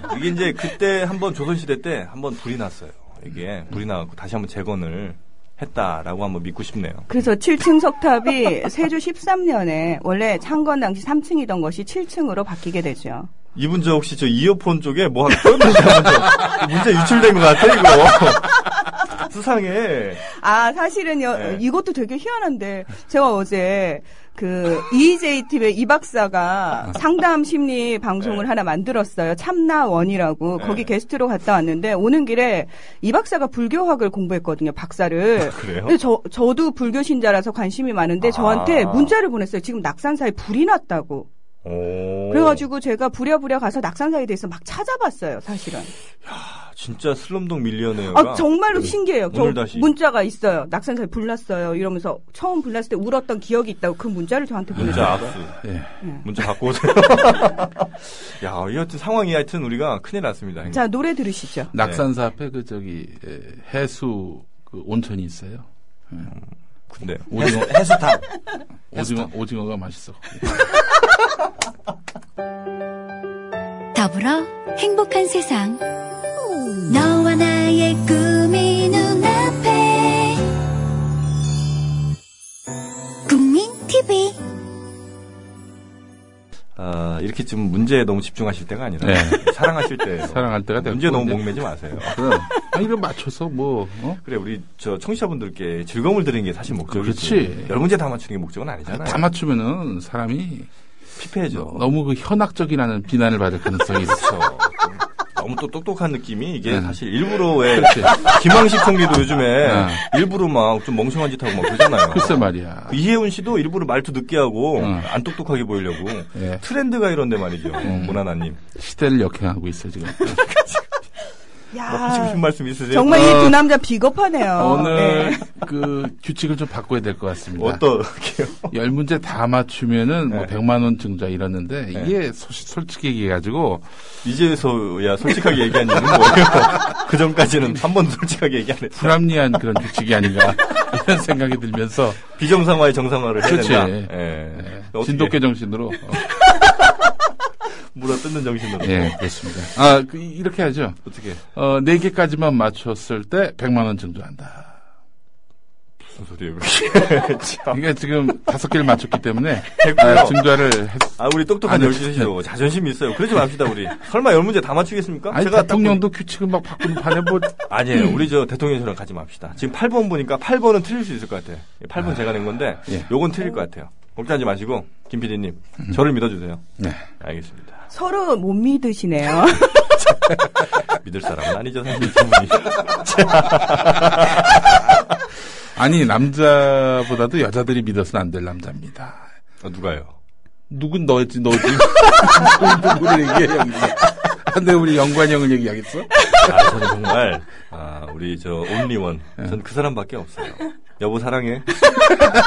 S3: 네. 이게 이제 그때 한번 조선시대 때 한번 불이 났어요. 이게 불이 나고 다시 한번 재건을 했다라고 한번 믿고 싶네요.
S4: 그래서 7층 석탑이 세조 13년에 원래 창건 당시 3층이던 것이 7층으로 바뀌게 되죠.
S3: 이분 저 혹시 저 이어폰 쪽에 뭐 하나 떴는지 한번 좀 문제 유출된 것 같아 이거. 수상해.
S4: 아, 사실은요,
S3: 네.
S4: 이것도 되게 희한한데, 제가 어제, 그, EJTV의 이 박사가 상담 심리 방송을
S3: 네.
S4: 하나 만들었어요. 참나원이라고.
S3: 네.
S4: 거기 게스트로 갔다 왔는데, 오는 길에 이 박사가 불교학을 공부했거든요, 박사를.
S3: 아, 그래요?
S4: 근데 저, 저도 불교 신자라서 관심이 많은데,
S3: 아.
S4: 저한테 문자를 보냈어요. 지금 낙산사에 불이 났다고.
S3: 오.
S4: 그래가지고 제가 부랴부랴 가서 낙산사에 대해서 막 찾아봤어요, 사실은.
S3: 아, 진짜 슬럼독 밀리언웨어가
S4: 아, 정말로 신기해요. 저
S3: 오늘 그러니까 그 다시.
S4: 문자가 있어요. 낙산사에 불났어요. 이러면서 처음 불났을 때 울었던 기억이 있다고 그 문자를 저한테
S6: 네.
S4: 보냈어요.
S3: 문자 압수.
S5: 예.
S3: 문자 갖고 오세요. 야, 이 하여튼 상황이 하여튼 우리가 큰일 났습니다.
S4: 자, 노래 들으시죠.
S5: 낙산사 앞에 그 저기 예, 해수 그 온천이 있어요.
S3: 근데
S5: 오징어
S6: 해수탕.
S5: 오징어 오징어가 맛있어.
S9: 더불어 행복한 세상 너와 나의 꿈이 눈앞에 국민 TV
S3: 아, 이렇게 지금 문제에 너무 집중하실 때가 아니라
S5: 네.
S3: 사랑하실 때
S5: 사랑할 때가 됐고
S3: 문제 너무
S5: 이제
S3: 목매지 마세요.
S5: 그럼 아, 이거 맞춰서 뭐 어?
S3: 그래 우리 저 청취자분들께 즐거움을 드리는 게 사실 목적이지.
S5: 그렇지.
S3: 열 문제 다 맞추는 게 목적은 아니잖아요.
S5: 다 맞추면은 사람이
S3: 피폐해져.
S5: 너무 그 현학적이라는 비난을 받을 가능성이 있어.
S3: 그렇죠. 너무 또 똑똑한 느낌이 이게
S5: 네.
S3: 사실 일부러 왜
S5: 그렇지.
S3: 김황식 총리도 요즘에
S5: 네.
S3: 일부러 막 좀 멍청한 짓 하고 막 그러잖아요.
S5: 글쎄 말이야. 네.
S3: 그 이혜훈 씨도 일부러 말투 늦게 하고
S5: 응.
S3: 안 똑똑하게 보이려고
S5: 예.
S3: 트렌드가 이런데 말이죠.
S5: 음.
S3: 모나나님
S5: 시대를 역행하고 있어 지금.
S4: 야,
S3: 뭐 하시고 싶은 말씀 있으세요?
S4: 아, 정말 이 두 남자
S3: 아,
S4: 비겁하네요.
S5: 오늘
S4: 네.
S5: 그 규칙을 좀 바꿔야 될 것 같습니다.
S3: 어떠게요?
S5: 열 문제 다 맞추면은 뭐
S3: 네.
S5: 100만 원 증자 이러는데 이게 소- 솔직히 얘기해가지고
S3: 이제서야 솔직하게 얘기한 이유는 뭐예요? 그 전까지는 한 번도 솔직하게 얘기 안 했어.
S5: 불합리한 그런 규칙이 아닌가 이런 생각이 들면서
S3: 비정상화의 정상화를 해야
S5: 그렇지.
S3: 된다.
S5: 예,
S3: 예. 어떻게
S5: 진돗개 정신으로 어,
S3: 물어 뜯는 정신으로.
S5: 예 그렇습니다. 아 그, 이- 이렇게 하죠.
S3: 어떻게
S5: 어, 네 개까지만 맞췄을 때 100만 원 증자한다.
S3: 무슨 소리예요? 그게? 참.
S5: 그러니까 지금 다섯 개를 맞췄기 때문에
S3: 됐고요.
S5: 아, 증자를 했,
S3: 아, 우리 똑똑한
S5: 아니,
S3: 열주시죠. 자존심이 있어요. 그러지 맙시다, 우리. 설마 열 문제 다 맞추겠습니까?
S5: 아니
S3: 제가 딱
S5: 대통령도 규칙을 막 바꾸는 판에 뭐
S3: 보니- 아니에요. 우리 저 대통령처럼 가지 맙시다. 지금 8번 보니까 8번은 틀릴 수 있을 것 같아. 8번 제가 낸 건데,
S5: 예. 음.
S3: 요건 틀릴 것 같아요. 걱정하지 마시고, 김 PD님, 저를 믿어주세요.
S5: 네.
S3: 알겠습니다.
S4: 서로 못 믿으시네요.
S3: 믿을 사람은 아니죠, 사실 이분이.
S5: 아니 남자보다도 여자들이 믿어서는 안 될 남자입니다.
S3: 아, 누가요?
S5: 누군 너였지 너지 누구를 얘기해 여기서 근데 우리 영관형을 얘기하겠어?
S3: 아, 저는 정말 아, 우리 저 온리원 전 그 사람밖에 없어요. 여보 사랑해.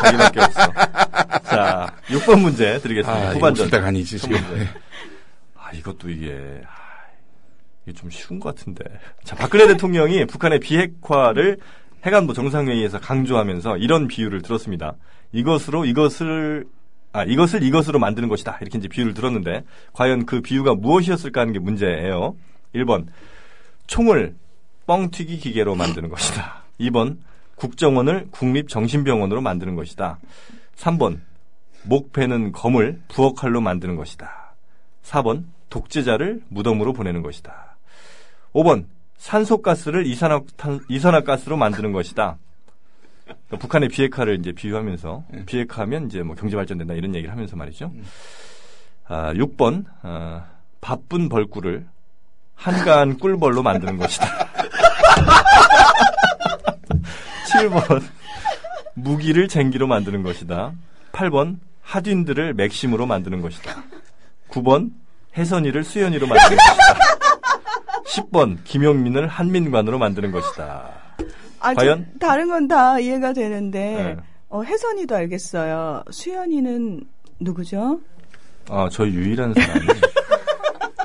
S3: 자기밖에 없어. 자, 6번 문제
S5: 아,
S3: 드리겠습니다. 후반전.
S5: 가 아니지
S3: 첫
S5: 지금 네.
S3: 문제. 아, 이것도 이게 아, 이게 좀 쉬운 것 같은데. 자, 박근혜 대통령이 북한의 비핵화를 해관부 정상회의에서 강조하면서 이런 비유를 들었습니다. 이것으로 이것을 아, 이것을 이것으로 만드는 것이다. 이렇게 이제 비유를 들었는데 과연 그 비유가 무엇이었을까 하는 게 문제예요. 1번. 총을 뻥튀기 기계로 만드는 것이다. 2번 국정원을 국립정신병원으로 만드는 것이다. 3번 목패는 검을 부엌칼로 만드는 것이다. 4번 독재자를 무덤으로 보내는 것이다. 5번 산소가스를 이산화탄, 이산화가스로 만드는 것이다. 그러니까 북한의 비핵화를 이제 비유하면서 비핵화하면 이제 뭐 경제 발전된다 이런 얘기를 하면서 말이죠. 아, 6번 아, 바쁜 벌꿀을 한가한 꿀벌로 만드는 것이다. 7번 무기를 쟁기로 만드는 것이다. 8번 하딘들을 맥심으로 만드는 것이다. 9번 혜선이를 수연이로 만드는 것이다. 10번 김용민을 한민관으로 만드는 것이다.
S4: 아,
S3: 과연?
S4: 저- 다른 건 다 이해가 되는데,
S3: 네.
S4: 어, 혜선이도 알겠어요. 수연이는 누구죠?
S3: 아, 저희 유일한 사람이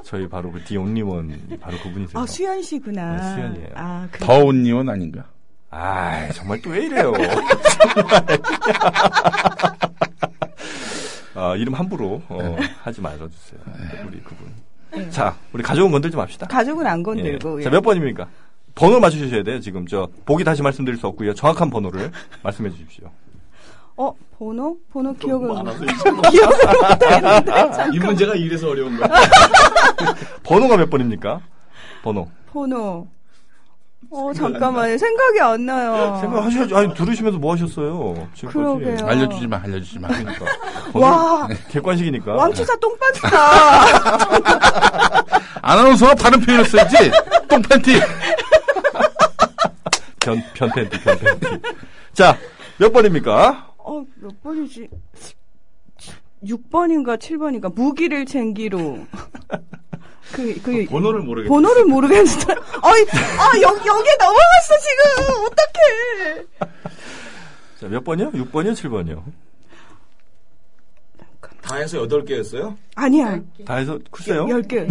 S3: 저희 바로 그 디온리원 바로 그분이세요.
S4: 아, 수연 씨구나.
S3: 네, 수연이에요.
S4: 아, 그
S5: 더운 이혼 아닌가?
S3: 아, 정말 또 왜 이래요? 아, 이름 함부로 어,
S4: 네.
S3: 하지 말아주세요. 우리 그분. 자, 우리 가져온 건들지 맙시다.
S4: 가족은 안
S3: 예.
S4: 건들고. 예.
S3: 자, 몇 번입니까? 번호 맞추셔야 돼요, 지금. 저, 보기 다시 말씀드릴 수 없고요. 정확한 번호를 말씀해 주십시오.
S4: 어, 번호? 번호 기억은.
S6: 많아서
S4: 기억은
S6: 이 문제가 이래서 어려운 거야.
S3: 번호가 몇 번입니까? 번호.
S4: 번호. 어, 잠깐만. 생각이 안 나요.
S3: 생각하셔야지. 아니, 들으시면서 뭐 하셨어요? 지금까지.
S4: 그러게요.
S5: 알려주지 마, 알려주지 마.
S4: 와,
S3: 객관식이니까.
S4: 왕추사 똥 빠졌다.
S5: 아나운서가 다른 표현을 써야지. 똥팬티.
S3: 변, 변팬티, 변팬티. 자, 몇 번입니까?
S4: 어, 몇 번이지? 6번인가 7번인가 무기를 챙기로. 그, 그,
S6: 번호를 모르겠다.
S4: 번호를 모르겠는데. 아이, 아, 여, 여기에 넘어갔어, 지금. 어떡해.
S3: 자, 몇 번이요? 6번이요? 7번이요?
S6: 다 해서 8개였어요?
S4: 아니야.
S3: 다 해서, 글쎄요.
S4: 10개.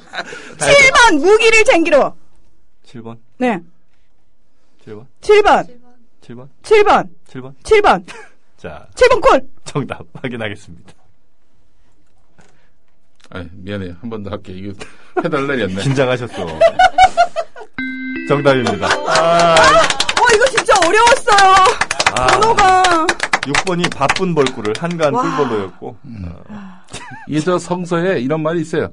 S4: 7번 무기를 챙기러.
S3: 7번,
S4: 네.
S3: 7번,
S4: 7번.
S3: 7번,
S4: 7번.
S3: 7번.
S4: 7번.
S3: 자,
S4: 7번 콜.
S3: 정답 확인하겠습니다.
S5: 아, 미안해요. 한 번 더 할게. 이거 해달 날이었네.
S3: 긴장하셨어. 정답입니다.
S4: 와, 어, 이거 진짜 어려웠어요. 번호가.
S3: 6번이 바쁜 벌꿀을 한가한
S4: 와.
S3: 꿀벌로였고. 어,
S5: 이게 저 성서에 이런 말이 있어요.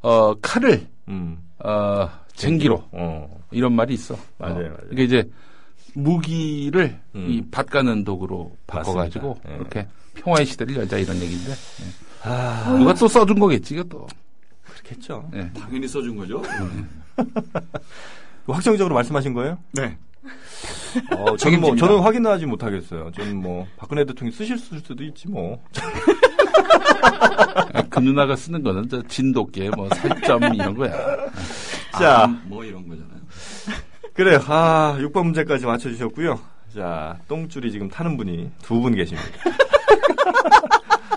S5: 어, 칼을,
S3: 음,
S5: 어, 쟁기로.
S3: 어.
S5: 이런 말이 있어.
S3: 맞아요,
S5: 어.
S3: 맞아요.
S5: 이게 이제 무기를
S3: 음.
S5: 이 밭가는 독으로 바꿔가지고
S3: 맞습니다. 예.
S5: 이렇게 평화의 시대를 열자 이런 얘기인데. 예.
S3: 아.
S5: 누가 또 써준 거겠지, 이거 또.
S3: 그렇겠죠.
S5: 예.
S6: 당연히 써준 거죠?
S3: 확정적으로 말씀하신 거예요?
S6: 네.
S3: 어, 저는 뭐,
S5: 책임집니다.
S3: 저는 확인하지 못하겠어요. 저는 뭐, 박근혜 대통령이 쓰실 수도 있지 뭐.
S5: 아, 그 누나가 쓰는 거는 저 진돗개 뭐 살점 이런 거야.
S3: 자,
S5: 아,
S6: 뭐 이런 거잖아요.
S3: 그래요. 아, 6번 문제까지 맞춰주셨고요. 자, 똥줄이 지금 타는 분이 두 분 계십니다.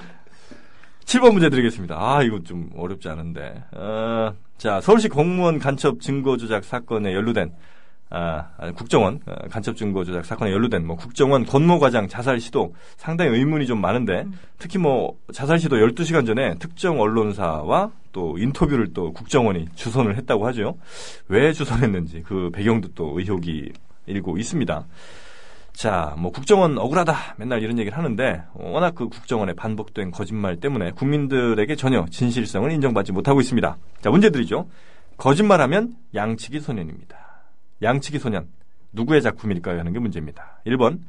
S3: 7번 문제 드리겠습니다. 아, 이거 좀 어렵지 않은데. 어, 자, 서울시 공무원 간첩 증거 조작 사건에 연루된 아, 아니, 국정원 어, 간첩 증거 조작 사건에 연루된 뭐 국정원 권모 과장 자살 시도 상당히 의문이 좀 많은데 특히 뭐 자살 시도 12시간 전에 특정 언론사와 또 인터뷰를 또 국정원이 주선을 했다고 하죠. 왜 주선했는지 그 배경도 또 의혹이 일고 있습니다. 자, 뭐 국정원 억울하다 맨날 이런 얘기를 하는데 어, 워낙 그 국정원의 반복된 거짓말 때문에 국민들에게 전혀 진실성을 인정받지 못하고 있습니다. 자, 문제 드리죠. 거짓말하면 양치기 소년입니다. 양치기 소년 누구의 작품일까요? 하는 게 문제입니다. 1번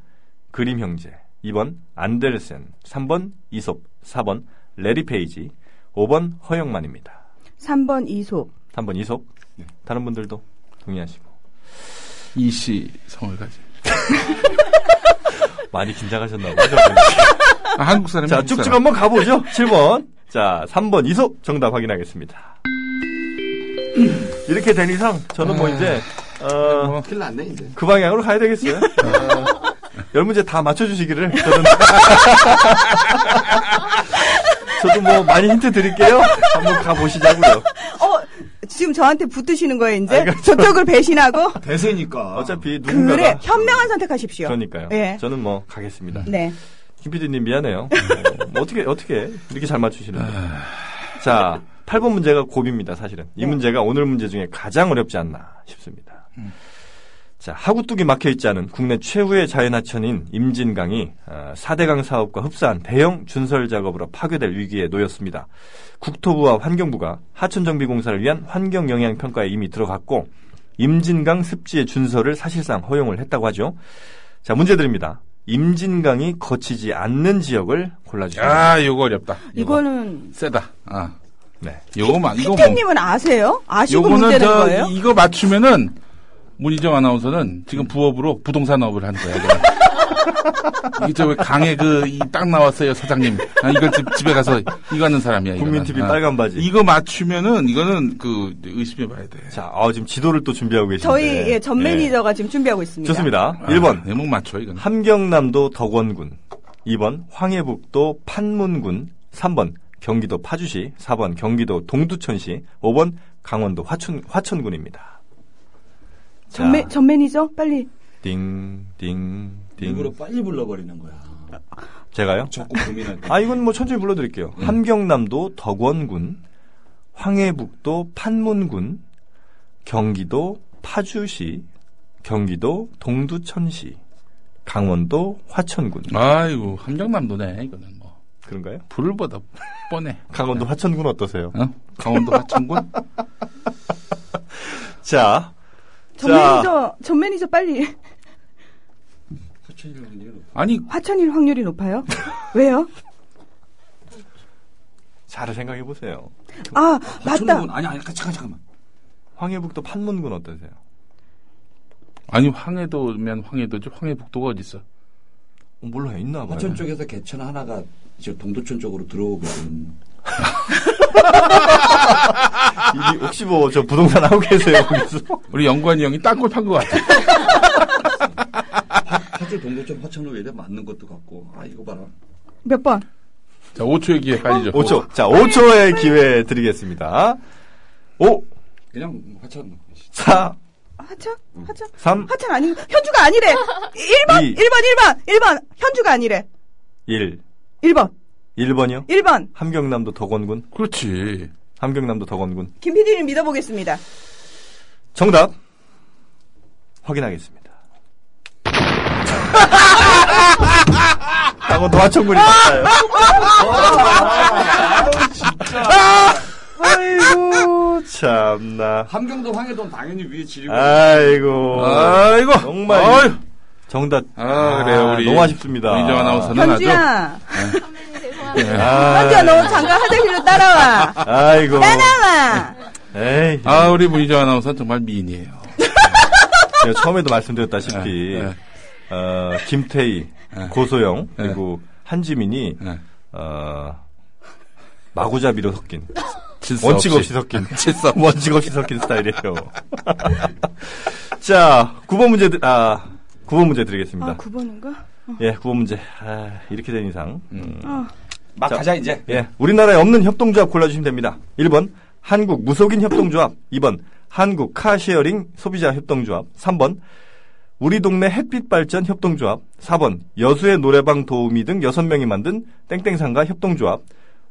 S3: 그림 형제, 2번 안데르센, 3번 이솝, 4번 레리 페이지, 5번 허영만입니다.
S4: 3번 이솝.
S3: 3번 이솝. 다른 분들도 동의하시고.
S5: 이씨 성을 가지.
S3: 많이 긴장하셨나 보죠.
S5: 아, 한국 사람이
S3: 자,
S5: 한국
S3: 쭉쭉
S5: 사람.
S3: 한번 가보죠. 7번. 자, 3번 이솝 정답 확인하겠습니다. 이렇게 된 이상 저는 뭐 이제 어,
S5: 뭐,
S6: 큰일 났네, 이제.
S3: 그 방향으로 가야 되겠어요. 어, 열 문제 다 맞춰주시기를 저는 저도 뭐 많이 힌트 드릴게요. 한번 가보시자고요.
S4: 어, 지금 저한테 붙으시는 거예요, 이제? 저쪽을 배신하고?
S6: 대세니까.
S3: 어차피 누군가가
S4: 그래, 현명한 선택하십시오.
S3: 그러니까요.
S4: 예.
S3: 저는 뭐 가겠습니다.
S4: 네.
S3: 김 PD님 미안해요. 어, 뭐 어떻게 어떻게 이렇게 잘 맞추시는데. 자, 8번 문제가 고비입니다. 사실은 이 문제가 오늘 문제 중에 가장 어렵지 않나 싶습니다. 자, 하구뚝이 막혀 있지 않은 국내 최후의 자연하천인 임진강이 어, 4대강 사업과 흡사한 대형 준설 작업으로 파괴될 위기에 놓였습니다. 국토부와 환경부가 하천 정비 공사를 위한 환경 영향 평가에 이미 들어갔고 임진강 습지의 준설을 사실상 허용을 했다고 하죠. 자, 문제 드립니다. 임진강이 거치지 않는 지역을 골라주세요.
S5: 아, 요거 어렵다. 요거.
S4: 이거는,
S5: 세다. 아.
S3: 네.
S5: 요거만, 이거 뭐.
S4: 피태님은 아세요? 아시고 못
S5: 요거는
S4: 되는
S5: 저
S4: 거예요?
S5: 이거 맞추면은 문희정 아나운서는 지금 부업으로 부동산 업을 한 거야. 내가. 이게 저왜 강에 그딱 나왔어요 사장님. 아, 이걸 집, 집에 가서 이거 하는 사람이야. 이거는.
S3: 국민 TV
S5: 아.
S3: 빨간 바지.
S5: 이거 맞추면은 이거는 그 의심해봐야 돼.
S3: 자, 아, 지금 지도를 또 준비하고 계신데.
S4: 저희, 예, 전
S3: 예.
S4: 매니저가 지금 준비하고 있습니다.
S3: 좋습니다.
S5: 아,
S3: 1번
S5: 제목 맞춰 이건.
S3: 함경남도 덕원군, 2번 황해북도 판문군, 3번 경기도 파주시, 4번 경기도 동두천시, 5번 강원도 화천 화천군입니다. 자,
S4: 전, 매, 전 매니저? 빨리.
S3: 딩딩
S6: 일부러
S3: 딩.
S6: 빨리 불러버리는 거야.
S3: 제가요?
S6: 적고 고민할 때.
S3: 아, 이건 뭐 천천히 불러드릴게요.
S6: 음.
S3: 함경남도 덕원군, 황해북도 판문군, 경기도 파주시, 경기도 동두천시, 강원도 화천군.
S5: 아이고 함정남도네 이거는 뭐
S3: 그런가요?
S5: 불을 보다 뻔해.
S6: 네.
S3: 강원도 화천군 어떠세요?
S5: 어? 강원도 화천군?
S3: 자,
S4: 전 매니저, 전 매니저 빨리.
S5: 아니
S4: 화천일 확률이 높아요? 왜요?
S3: 잘 생각해 보세요.
S4: 아, 맞다.
S6: 화천군 아니 아니 잠깐 잠깐만.
S3: 황해북도 판문군 어떠세요?
S5: 아니 황해도면 황해도지 황해북도가 어디 있어?
S3: 어, 몰라요, 있나 봐요.
S6: 화천 쪽에서 개천 하나가 이제 동두천 쪽으로 들어오거든.
S3: 이- 혹시 뭐 저 부동산 하고 계세요 거기서?
S5: 우리 연관이 형이 땅굴 판 것 같아.
S6: 사실 동두천 화천로 왜 이래 맞는 것도 같고. 아 이거 봐라.
S4: 몇 번?
S5: 자 5초의 기회 빨리 줘.
S3: 5초. 자, 5초의 기회 드리겠습니다. 5,
S6: 그냥 화천.
S3: 4,
S4: 화천? 화천?
S3: 3,
S4: 화천 아닌 현주가 아니래. 1번,
S3: 이.
S4: 1번, 1번, 1번. 현주가 아니래.
S3: 1.
S4: 1번,
S3: 1번이요?
S4: 1번.
S3: 함경남도 덕원군.
S5: 그렇지.
S3: 함경남도 덕원군.
S4: 김 PD를 믿어보겠습니다.
S3: 정답. 확인하겠습니다. 당원 도화천군이 맞아요. 아이고, 참나.
S6: 함경도 황해도는 당연히 위에 지리고.
S3: 아, 아이고.
S5: 아이고
S3: 정말.
S5: 아유.
S3: 정답.
S5: 아, 그래요, 우리.
S3: 너무 아쉽습니다.
S5: 이정 아나운서는 아주
S4: 현주야.
S7: 선배님 죄송합니다.
S3: 아,
S4: 현주야, 너 잠깐 화장실로 따라와.
S3: 아이고.
S4: 따라와.
S3: 에이.
S5: 아 우리 문희정 아나운서 는 정말 미인이에요.
S3: 제가 처음에도 말씀드렸다시피
S5: 예,
S3: 어, 김태희, 고소영 그리고 한지민이
S5: 예.
S3: 어, 마구잡이로 섞인
S5: 질서 아,
S3: 원칙 없이 섞인
S5: 질서.
S3: 원칙 없이 섞인 스타일이에요. 자, 9번 문제 드- 아 9번 문제 드리겠습니다.
S4: 아, 9번인가?
S3: 예, 9번 문제. 아, 이렇게 된 이상 음.
S6: 막
S3: 자.
S6: 가자 이제.
S3: 예, 우리나라에 없는 협동조합 골라주시면 됩니다. 1번 한국 무속인 협동조합, 2번 한국 카쉐어링 소비자 협동조합, 3번 우리 동네 햇빛 발전 협동조합, 4번 여수의 노래방 도우미 등 6명이 만든 땡땡상가 협동조합,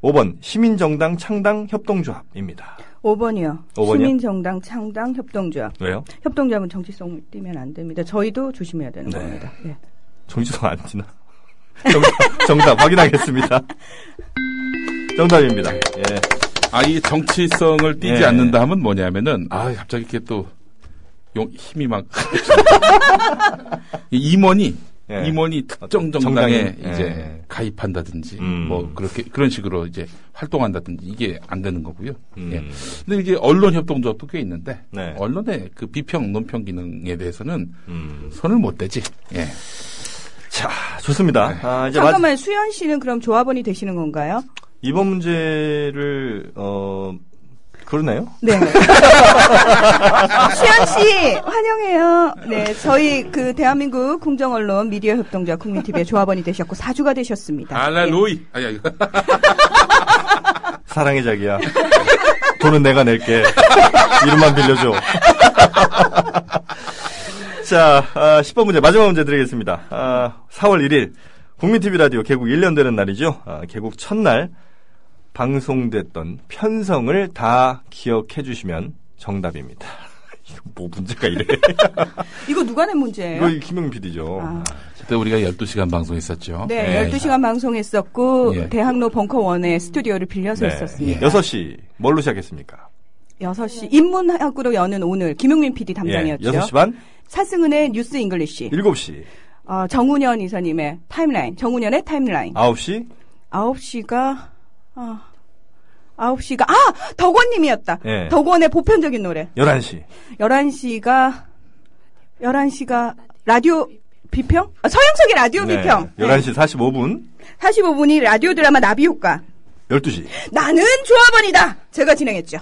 S3: 5번 시민정당 창당 협동조합입니다.
S4: 5번이요.
S3: 오 번이요?
S4: 시민정당 창당 협동조합.
S3: 왜요?
S4: 협동조합은 정치성을 띠면 안 됩니다. 저희도 조심해야 되는
S3: 네.
S4: 겁니다. 예.
S3: 정지성 안 지나? 정답, 정답 확인하겠습니다. 정답입니다. 예.
S5: 아이 정치성을 띠지
S3: 예.
S5: 않는다 하면 뭐냐면은 아 갑자기 이렇게 또 용, 힘이 막 이 임원이
S3: 예.
S5: 임원이 특정 정당에
S3: 정당인,
S5: 이제
S3: 예.
S5: 가입한다든지
S3: 음.
S5: 뭐 그렇게 그런 식으로 이제 활동한다든지 이게 안 되는 거고요.
S3: 음.
S5: 예. 근데 이제 언론 협동조합도 꽤 있는데
S3: 네.
S5: 언론의 그 비평 논평 기능에 대해서는
S3: 음.
S5: 손을 못 대지. 예.
S3: 자, 좋습니다. 아, 이제 마지-
S4: 잠깐만, 수현 씨는 그럼 조합원이 되시는 건가요?
S3: 이번 문제를 어 그러네요.
S4: 네. 수현 씨, 환영해요. 네, 저희 그 대한민국 공정언론 미디어 협동조합 국민TV의 조합원이 되셨고, 사주가 되셨습니다. 예.
S5: 알라로이. 아야 이거.
S3: 사랑해 자기야. 돈은 내가 낼게. 이름만 빌려줘. 자, 아, 10번 문제 마지막 문제 드리겠습니다. 아, 4월 1일 국민 TV 라디오 개국 1년 되는 날이죠. 아, 개국 첫날 방송됐던 편성을 다 기억해 주시면 정답입니다. 이거 뭐 문제가 이래.
S4: 이거 누가 낸 문제예요?
S3: 이거 김영 PD죠.
S4: 아.
S5: 그때 우리가 12시간 방송했었죠.
S4: 네,
S5: 예.
S4: 12시간 방송했었고,
S5: 예.
S4: 대학로 벙커원에 스튜디오를 빌려서 했었습니다.
S3: 네. 6시 뭘로 시작했습니까?
S4: 6시, 인문학으로 여는 오늘, 김용민 PD 담당이었죠.
S3: 예, 6시 반,
S4: 사승은의 뉴스 잉글리시,
S3: 7시,
S4: 어, 정훈현 이사님의 타임라인, 정훈현의 타임라인.
S3: 9시,
S4: 아. 9시가, 아, 9시가, 아! 덕원님이었다.
S3: 예.
S4: 덕원의 보편적인 노래.
S3: 11시.
S4: 11시가, 11시가 라디오 비평? 아, 서영석의 라디오 비평.
S3: 네. 11시 45분,
S4: 45분이 라디오 드라마 나비 효과.
S3: 12시.
S4: 나는 조합원이다! 제가 진행했죠.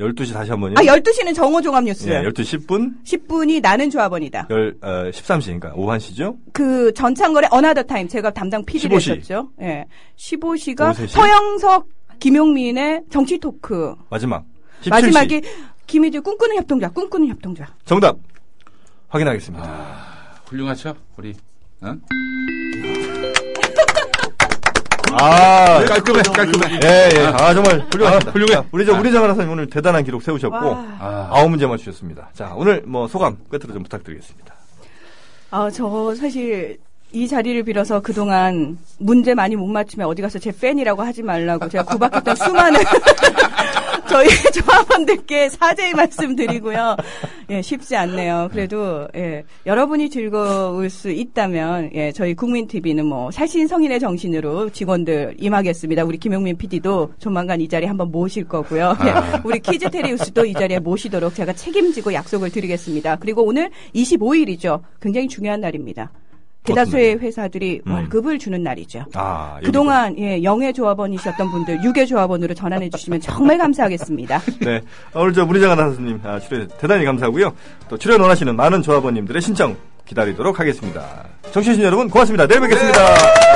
S3: 12시 다시 한 번요.
S4: 아, 12시는 정호 종합 뉴스.
S3: 네, 12시 10분,
S4: 10분이 나는 조합원이다.
S3: 열, 어, 13시, 그러니까 오후 1시죠?
S4: 그 전창걸의 어나더 타임 제가 담당 PD를
S3: 15시.
S4: 했었죠. 예. 15시가
S3: 오후 3시.
S4: 서영석 김용민의 정치 토크.
S3: 마지막. 17시.
S4: 마지막이 김희주 꿈꾸는 협동자, 꿈꾸는 협동자.
S3: 정답.
S4: 아.
S3: 확인하겠습니다.
S5: 훌륭하죠? 우리 어?
S3: 아,
S5: 깔끔해 깔끔해.
S3: 예, 예. 아, 정말 훌륭합니다.
S5: 아, 훌륭해.
S3: 자, 우리 저, 우리 장하라사님 오늘 대단한 기록 세우셨고,
S4: 와.
S5: 아.
S3: 아홉 문제 맞추셨습니다. 자, 오늘 뭐 소감 끝으로 좀 부탁드리겠습니다.
S4: 아, 저 사실 이 자리를 빌어서 그동안 문제 많이 못 맞추면 어디 가서 제 팬이라고 하지 말라고 제가 구박했던 수많은 저희 조합원들께 사죄의 말씀드리고요. 예, 쉽지 않네요. 그래도 예, 여러분이 즐거울 수 있다면 예, 저희 국민 TV는 뭐 살신 성인의 정신으로 직원들 임하겠습니다. 우리 김용민 PD도 조만간 이 자리에 한번 모실 거고요.
S3: 아.
S4: 예, 우리 키즈 테리우스도 이 자리에 모시도록 제가 책임지고 약속을 드리겠습니다. 그리고 오늘 25일이죠. 굉장히 중요한 날입니다. 대다수의 회사들이
S3: 음.
S4: 월급을 주는 날이죠.
S3: 아, 여기도.
S4: 그동안 예, 영의 조합원이셨던 분들 육의 조합원으로 전환해 주시면 정말 감사하겠습니다.
S3: 네. 아, 오늘 저 문희정 아나운서님 아, 출연 대단히 감사하고요. 또 출연 원하시는 많은 조합원님들의 신청 기다리도록 하겠습니다. 정신신 여러분 고맙습니다. 내일 뵙겠습니다.